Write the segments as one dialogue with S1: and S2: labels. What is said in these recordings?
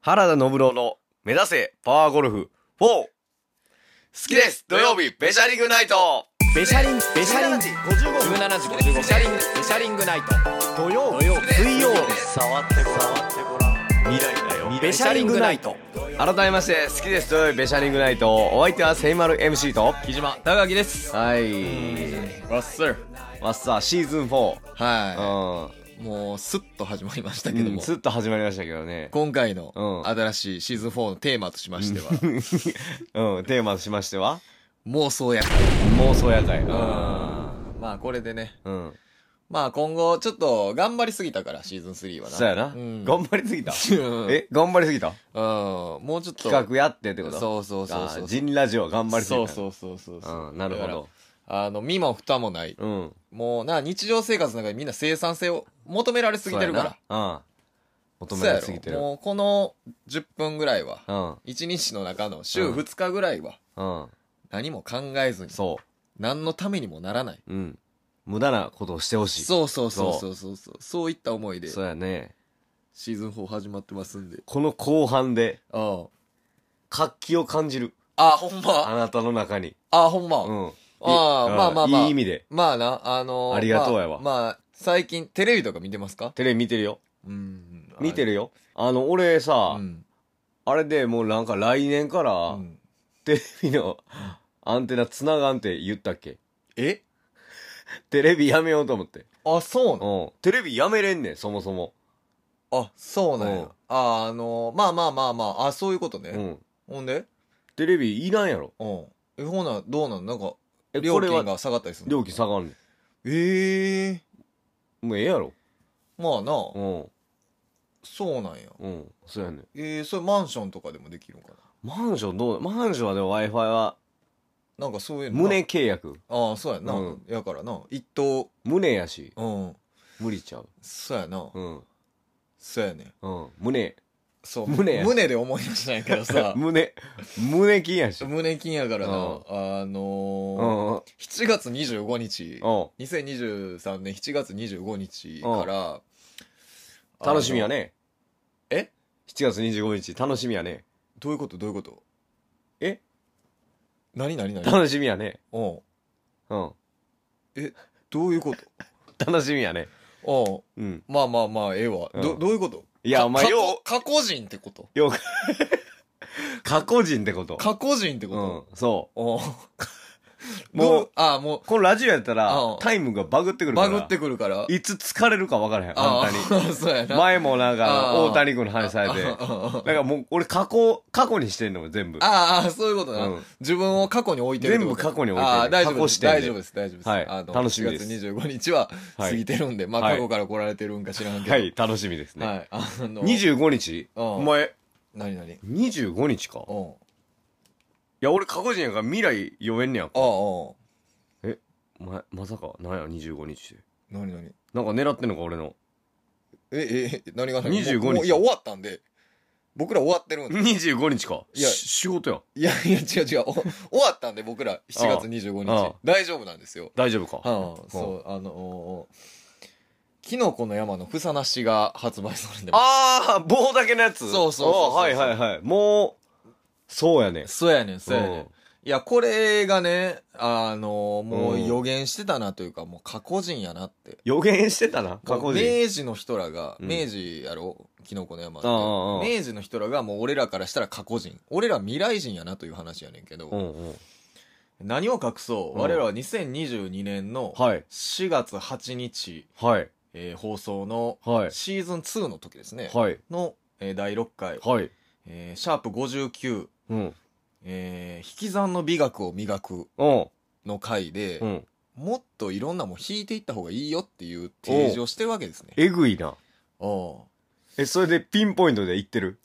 S1: 原田信郎の目指せパワーゴルフ4好きです土曜日ベシャリングナイト
S2: ベシャリンベシャリン
S1: 17
S2: 時
S1: 時
S2: 55ベシャリングベシャリングナイト
S1: 土曜
S2: 土曜
S1: 水曜
S2: 触って触ってごらん未来だよベシャリングナイト
S1: 改めまして好きです土曜日ベシャリングナイトお相手はセイマル MC と
S2: 木島高木です
S1: はい
S2: わっする
S1: マスターシーズン4
S3: は
S1: うん
S3: い。もう、スッと始まりましたけど
S1: うん
S3: も、
S1: スッと始まりましたけどね
S3: 今回の
S1: うん
S3: 新しいシーズン4のテーマとしましては、
S1: うんテーマとしましては
S3: 妄想や。
S1: 妄想夜会
S3: まあ、これでね。
S1: うん
S3: まあ、今後、ちょっと、頑張りすぎたから、シーズン3はな。
S1: そうやな
S3: うん
S1: 頑張りすぎた
S3: うん
S1: え頑張りすぎた
S3: うん。もうちょっと。
S1: 企画やってってこと
S3: そうそうそうそ
S1: あ
S3: う。
S1: ジンラジオは頑張りすぎ
S3: そ
S1: た
S3: うそうそうそうそう。
S1: ん、なるほ
S3: だから
S1: ど。
S3: あの、身も蓋もない。
S1: うん。
S3: もうな、日常生活の中でみんな生産性を求められすぎてるから。
S1: そうやな。うん。求
S3: そう
S1: め
S3: や
S1: ら
S3: ろ
S1: れすぎてる。
S3: もう、この10分ぐらいは、
S1: うん。
S3: 1日の中の週
S1: うん
S3: 2日ぐらいは、
S1: うん。
S3: 何も考えずに、
S1: そ
S3: 何のためにもならない。
S1: う。うん。無駄なことをしてほしい。
S3: そうそうそうそうそうそう。そういった思いで、
S1: そうやね。
S3: シーズン4始まってますんで。
S1: この後半で、
S3: あ
S1: 活気を感じる。
S3: あ。あ、ほん
S1: あ
S3: ま。
S1: なたの中に。
S3: あ、ほんま。
S1: うん。
S3: あ
S1: い
S3: あまあまあまあ
S1: いい意味で。
S3: まあな、あのー
S1: ありがとうやわ
S3: まあ、まあ最近、テレビとか見てますか
S1: テレビ見てるよ。
S3: うん
S1: 見て
S3: る。
S1: るよ。あの、俺
S3: う
S1: さ、
S3: ん。
S1: あれでもうなんか来年か
S3: う
S1: ら、
S3: ん
S1: テレビのアンテナ繋がんって言ったっけ
S3: え
S1: テレビやめようと思って。
S3: あ、そうなん
S1: うん。テレビやめれんねん、そもそも。
S3: あ、そうなん
S1: うん
S3: や。あ、あのーまあまあまあまあ、あ、そういうことね。
S1: うん。
S3: ほんで
S1: テレビいらんやろ。
S3: うん。え、ほな、どうなんなんか、
S1: え、
S3: 料
S1: これは
S3: 金が下がったりするの
S1: 料金下がんね
S3: ええ
S1: んもうええやろ
S3: まあな、
S1: うん
S3: そうなんや。
S1: うんそうやねん
S3: ええそれマンションとかでもできるんか
S1: マンションどうマンションはでも w i f i は
S3: な。なんかそういうのな。
S1: 胸契約
S3: ああ、そうやんな。
S1: うん
S3: やからな。一等、
S1: 胸やし
S3: うん。
S1: 無理ちゃう
S3: そうやな。
S1: うん
S3: そうやねん。
S1: うん胸
S3: そう。
S1: 胸や
S3: 胸で思い出したんやけど さ。
S1: 胸胸金やしうん
S3: 胸筋やからな。
S1: う
S3: あ
S1: ん
S3: の
S1: う
S3: ー
S1: んうん
S3: 7月25
S1: うん
S3: 日、2023年7月25日から、
S1: 楽しみや
S3: ね。
S1: ね
S3: え
S1: 7月25日楽しみやね
S3: どういうことどういうこと
S1: え
S3: 何何何
S1: 楽しみやね
S3: うん。
S1: うん
S3: どういうこと
S1: 楽しみやね
S3: うん。
S1: うん
S3: まあまあまあ、ええわ。
S1: う
S3: ど、
S1: ん
S3: どういうこと
S1: いや
S3: か
S1: お前
S3: 過去
S1: よ
S3: 過去人ってこと
S1: うよ く過去人ってこと
S3: 過去人って
S1: う
S3: こ
S1: んそ
S3: とおう
S1: も
S3: も
S1: う
S3: う、ああ、も
S1: うこのラジオやったら
S3: うん
S1: タイムがバグってく
S3: う、
S1: るから
S3: バグってくるから。
S1: いつ疲れるか分からへん
S3: あ
S1: 本当に
S3: あ、 そうやな。
S1: 前もなんか、
S3: あー
S1: 大谷君の話されて。だ
S3: ああ
S1: からもう、俺過去、過去にしてんのよ、全部。
S3: ああ、そういうことな、
S1: うん
S3: 自分を過去に置いてるってこ
S1: 全
S3: と
S1: 部過去に置いてる
S3: ああ、大丈
S1: 過去
S3: 夫で
S1: 視
S3: す。
S1: 点で
S3: 大丈夫です。大丈夫です。
S1: はい
S3: あの、
S1: 楽しみです
S3: 7月25日は
S1: はい
S3: 過ぎてるんで、まあ、
S1: はい
S3: 過去から来られてるんか知らんけど。
S1: は。い、楽しみですね。
S3: はい。あの、
S1: 25日
S3: うん
S1: お前、
S3: 何何
S1: 25日か。い
S3: おう
S1: や、俺過去人やから未来読めんねやんか。
S3: ああ、お
S1: お前、まさか、なんや、25日って。
S3: う何何
S1: なんか狙ってんのか、俺の。
S3: え、え、何が何
S1: 25
S3: もうもういや、終わったんで。僕ら終わってるんで。
S1: 25日か。
S3: いや
S1: し仕事や。
S3: いやいや、違う違う。お終わったんで、僕ら、7月25
S1: ああ
S3: 日。大丈夫なんですよ。
S1: 大丈夫か。
S3: はあ、そう、あのおキノコの山のふさなしが発売されてます。
S1: あー、棒だけのやつ。
S3: そうそうそうそう
S1: あーはいはいはい。もう、そうやね。
S3: そうやねん、そうやねん。
S1: うん
S3: いや、これがね、あのも
S1: う
S3: うん予言してたなというか、もう過去人やなって。
S1: 予言してたな、過
S3: も
S1: 去
S3: う
S1: 人。
S3: 明治の人らが、
S1: うん
S3: 明治やろキノコの山って
S1: ああああ
S3: 明治の人らがもう俺らからしたら過去人。俺ら未来人やなという話やねんけど、
S1: うんうん。
S3: 何を隠そ
S1: う
S3: う、
S1: ん
S3: 我らは2022年の
S1: はい、
S3: 4月8日、
S1: はい、
S3: えー放送の
S1: はい、
S3: シーズン2の時ですね。
S1: はい、
S3: の、えー第6回、
S1: はい。
S3: えーシャープ59、
S1: うん。
S3: えー引き算の美学を磨く
S1: うん。
S3: の回で、
S1: うん。
S3: もっといろんなもん引いていった方がいいよっていう提示をしてるわけですね。
S1: えぐいな。
S3: おう
S1: え、それでピンポイントで言ってる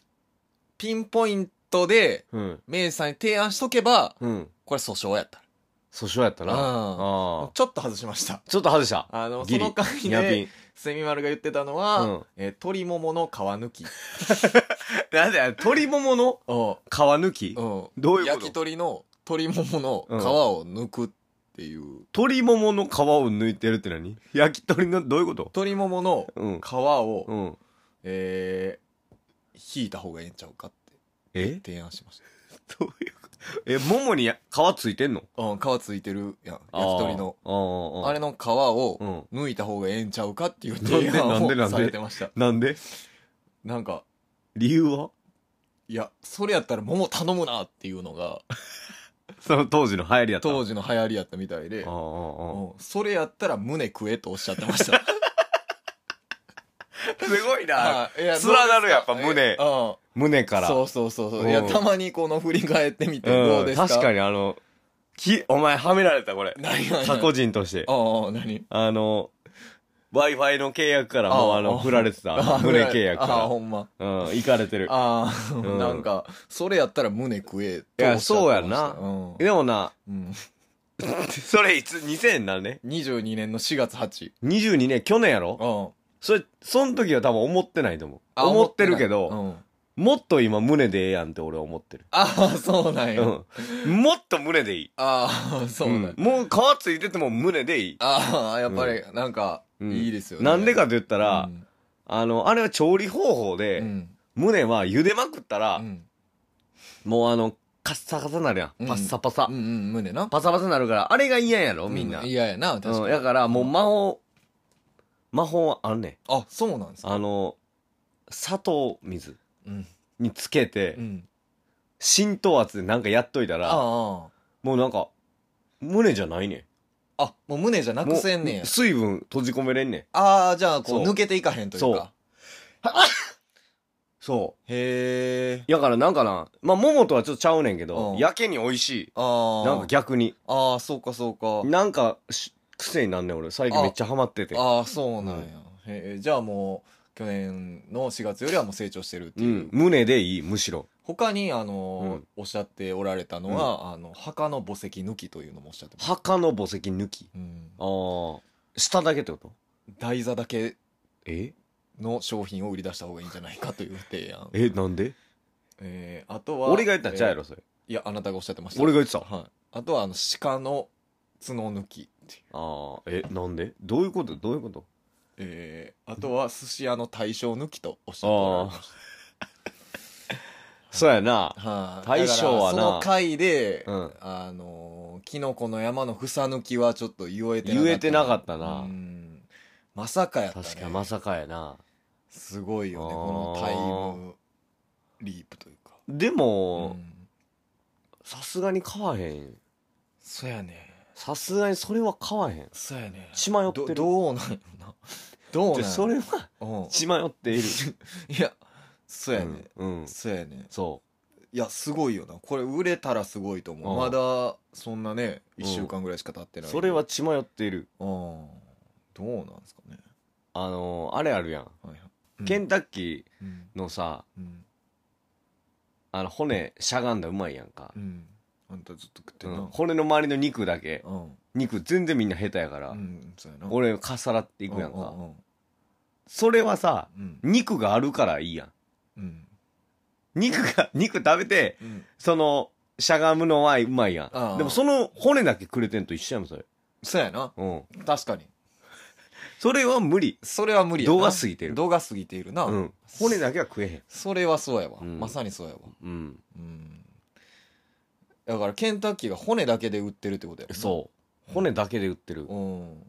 S3: ピンポイントで、
S1: うん。
S3: 明治さんに提案しとけば、
S1: うん。
S3: これ訴訟やった。
S1: 訴訟やったな。
S3: あ
S1: ああ。
S3: ちょっと外しました。
S1: ちょっと外した。
S3: あの、
S1: ギ
S3: そ
S1: リ
S3: の回
S1: ニャピ
S3: で、
S1: ン。
S3: セミマルが言ってたのは、
S1: うん
S3: えー鶏ももの皮抜き。
S1: なんで、鶏ももの
S3: おう
S1: 皮抜き
S3: うん
S1: どういうこと
S3: 焼き鳥の鶏ももの皮を抜くっていう。
S1: 鶏ももの皮を抜いてるって何焼き鳥のどういうこと
S3: 鶏ももの
S1: うん。
S3: 皮を、
S1: うん。
S3: えー引いた方がええんちゃうかって
S1: え
S3: 提案しまし
S1: どういうことえ、ももにや皮ついてん の
S3: た。うん、皮ついてるやん、焼き鳥の。。
S1: あーあーあー
S3: あれの皮を
S1: うん。
S3: 抜いた方がええんちゃうかっていう提
S1: な
S3: 案
S1: んでなんでな
S3: を
S1: んで
S3: されてました。
S1: なんで
S3: なんか、
S1: 理由はい
S3: や、それやったら桃頼むなっていうの が、
S1: その当時の流行りやった。
S3: 当
S1: 時。
S3: 時の流行りやったみたいで
S1: あ、あ、あ
S3: うんそれやったら胸食えとおっしゃって ました。
S1: あ。すごいな。
S3: はい いや
S1: 連なるやっぱ
S3: どう
S1: 胸
S3: ですかうん。
S1: 胸から。
S3: そううそうそうそう。いや、
S1: うん
S3: たまにこの振り返ってみて、
S1: ん
S3: どうですか
S1: 確か
S3: に。
S1: にあの、き、お前はめられたこれ。
S3: 何何
S1: 過去人として。
S3: ああ、何
S1: あの、Wi-Fi の契約からもう
S3: あ
S1: あの、
S3: あ
S1: 振られてた。あの
S3: あ
S1: 胸契約
S3: ああ、ほ
S1: か
S3: んま。
S1: ら。うん、行かれてる。
S3: ああ、
S1: うん
S3: なんか、それやったら胸食え
S1: いや
S3: とおっしゃってました。
S1: そうやんな
S3: うん。
S1: でもな、
S3: うん。
S1: それいつ、2000なるね。
S3: 22年の4月8。
S1: 22年、去年やろ
S3: うん。
S1: それ、その時は多分思ってないと思う。
S3: あ
S1: 思ってるけ
S3: う
S1: ど、
S3: ん。
S1: もっと今胸でええやんって俺は思ってる。
S3: ああ、そうなんや。
S1: うん。もっと胸でいい。
S3: ああ、そうなんや。
S1: んもう皮ついてても胸でいい。
S3: ああ、やっぱり、なんか、いいですよね。
S1: なんでか
S3: っ
S1: と言った
S3: た
S1: ら、あの、あれは調理方法
S3: う
S1: で、
S3: ん。
S1: 胸は茹でまくった
S3: う
S1: ら、
S3: ん。
S1: もうあの、カッサカサなるや。
S3: うんん
S1: パッサパサ
S3: うんう。ん、胸な。
S1: パサパサなるから、あれが嫌やろ、みんな。
S3: う嫌やな、確か
S1: うん。
S3: に。
S1: やから、もう魔法、魔法はあんねん。
S3: あ、そうなんですか。
S1: あの、砂糖水
S3: うん。
S1: につけて
S3: う、ん。
S1: 浸透圧でなんかやっといたら、
S3: あ
S1: もうなんか、胸じゃないね。
S3: あ。あ、もう胸じゃなんくせんねや
S1: もう。水分閉じ込めれんねん。
S3: ああ、じゃあ、こう、
S1: そう
S3: 抜けていかへんという
S1: そう
S3: か。
S1: そ
S3: へえ。
S1: う。やからなんかな、まあ、桃とはちょっとちゃうねんけど、
S3: うん
S1: やけに美味しい。
S3: ああ。
S1: なんか逆に。
S3: ああ、そうか、そうか。
S1: なんかし、癖になんねん俺。最近めっちゃハマってて。
S3: ああ、そうなんや。へえ、じゃあもう、去年の4月よりはもう成長してるって
S1: う
S3: い
S1: ん
S3: う。。
S1: 胸でいい、むしろ。
S3: 他に、あの
S1: うん、
S3: おっしゃっておられたのは、あの、墓の墓石抜きというのもおっしゃってました。
S1: 墓の墓石抜き。
S3: うん
S1: ああ。下だけってこと
S3: 台座だけ
S1: え
S3: の商品を売り出した方がいいんじゃないかという提案。
S1: え、なんで
S3: えーあとは。
S1: 俺が言ったんちゃうやろ、それ。
S3: えーいや、あなたがおっしゃってました。
S1: 俺が言ってた。あ
S3: はい。あとは、あの、鹿の角抜きっていう。
S1: あ。え、なんでどういうことどういうこと
S3: えーあとは寿司屋の大将抜きとおっしゃっておられまし
S1: そうやな。
S3: た。はい、
S1: 大将はな
S3: だからその回で、
S1: うん
S3: あのーキノコの山の房抜きはちょっと言えてなかった。
S1: 言えてなかったな
S3: うんまさかやったね。
S1: 確かにまさかやな。
S3: すごいよね、
S1: あー
S3: このタイムリープというか。
S1: で
S3: う
S1: も、
S3: ん
S1: さすがに買わへん。
S3: そやね。
S1: さすがにそれは買わへん。
S3: そやね。
S1: 血迷ってる
S3: どどうなんやろな。どうな ん
S1: で
S3: やろ
S1: それは
S3: うん
S1: 血迷っている。
S3: いや、そうやね。
S1: うん。うん
S3: そうやね。
S1: そ
S3: いや、すごいよな。これ売れたらすごいと思う。
S1: うん
S3: まだ、そんなね、
S1: うん
S3: 1週間ぐらいしか経って
S1: う。
S3: ない。
S1: それは、血迷っている。
S3: うん。どうなんですかね。
S1: あのー、あれあるやん。
S3: はいはいうん
S1: ケンタッキ
S3: うん。
S1: ーのさ、
S3: うん。
S1: あの、骨しゃがんだうまいやんか
S3: う。ん。あんたずっと食って
S1: うんん
S3: な。
S1: 骨の周りの肉だけ。
S3: うん。
S1: 肉全然みんな下手やから
S3: う。ん、そうやな。
S1: 俺、かっさらっていくやん
S3: う
S1: か
S3: う。
S1: それはさ、
S3: うん。
S1: 肉があるからいいやん。
S3: うん。
S1: 肉が、肉食べて、
S3: うん。
S1: その、しゃがむのはうまいや
S3: ああ
S1: ん。でもその骨だけくれてんと一緒やもん、それ。
S3: そうやな。
S1: うん。
S3: 確かに。
S1: それは無理。
S3: それは無理やな。
S1: 度が過ぎてる
S3: 動画過ぎているな。
S1: うん。骨だけは食えへん。
S3: それはそうやわ。
S1: うん
S3: まさにそうやわ。
S1: うん。
S3: うん。だから、ケンタッキーが骨だけで売ってるってことやもんな
S1: そう。骨だけで売ってる。
S3: うん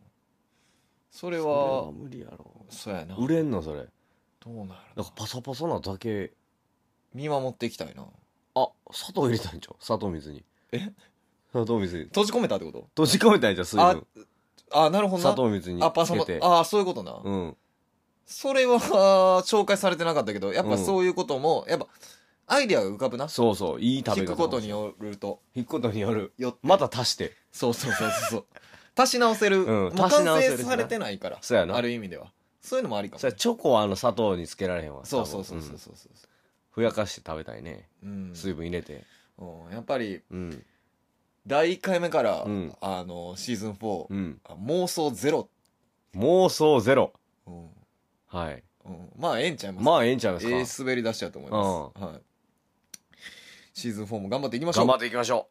S3: それ
S1: それは
S3: は
S1: 無理やろ。
S3: そうやな
S1: 売れんの、それ。
S3: どうなんや
S1: な
S3: ろ
S1: ん
S3: な
S1: かパサパサなだけ。
S3: 見守っていきたいな
S1: あ、砂糖入れたんちゃう砂糖水に。
S3: え
S1: 砂糖水に。
S3: 閉じ込めたってこと
S1: 閉じ込めたんちゃう水
S3: あ
S1: 分。
S3: あなるほど
S1: 砂
S3: な
S1: 糖水に
S3: あパ
S1: つ
S3: サ
S1: け
S3: パ
S1: て。
S3: あそういうことな、
S1: うん。
S3: それは紹介されてなかったけどやっぱそういうことも、やっぱアイディアが浮かぶな
S1: そうそう。いい食べ
S3: 聞
S1: 方。
S3: くことに。よると
S1: 引くことによる。
S3: よって
S1: また足して。
S3: そうそうそうそう そう足し直せる、
S1: ん
S3: もう
S1: 足し
S3: 完
S1: 直せる
S3: 成
S1: しな
S3: されてないから
S1: そうやな
S3: ある意味ではそういうのもありかも
S1: それチョコはあの砂糖につけられへんわ。
S3: そうそうそう
S1: 多分
S3: そ
S1: ん
S3: うそうそう
S1: ふやかして食べたいね。
S3: うん、
S1: 水分入れて。
S3: うん、やっぱり
S1: うん。
S3: 第1回目から、
S1: うん
S3: あのシーズン4、
S1: うん。
S3: あ妄想ゼロ、
S1: 妄想ゼロ。
S3: うん
S1: はい。
S3: うん、まあええんちゃいます
S1: まあ、ええんちゃいますか。
S3: ええ滑り出しちゃうと思います、はい、シーズン4も頑張っていきましょう
S1: 頑張っていきましょ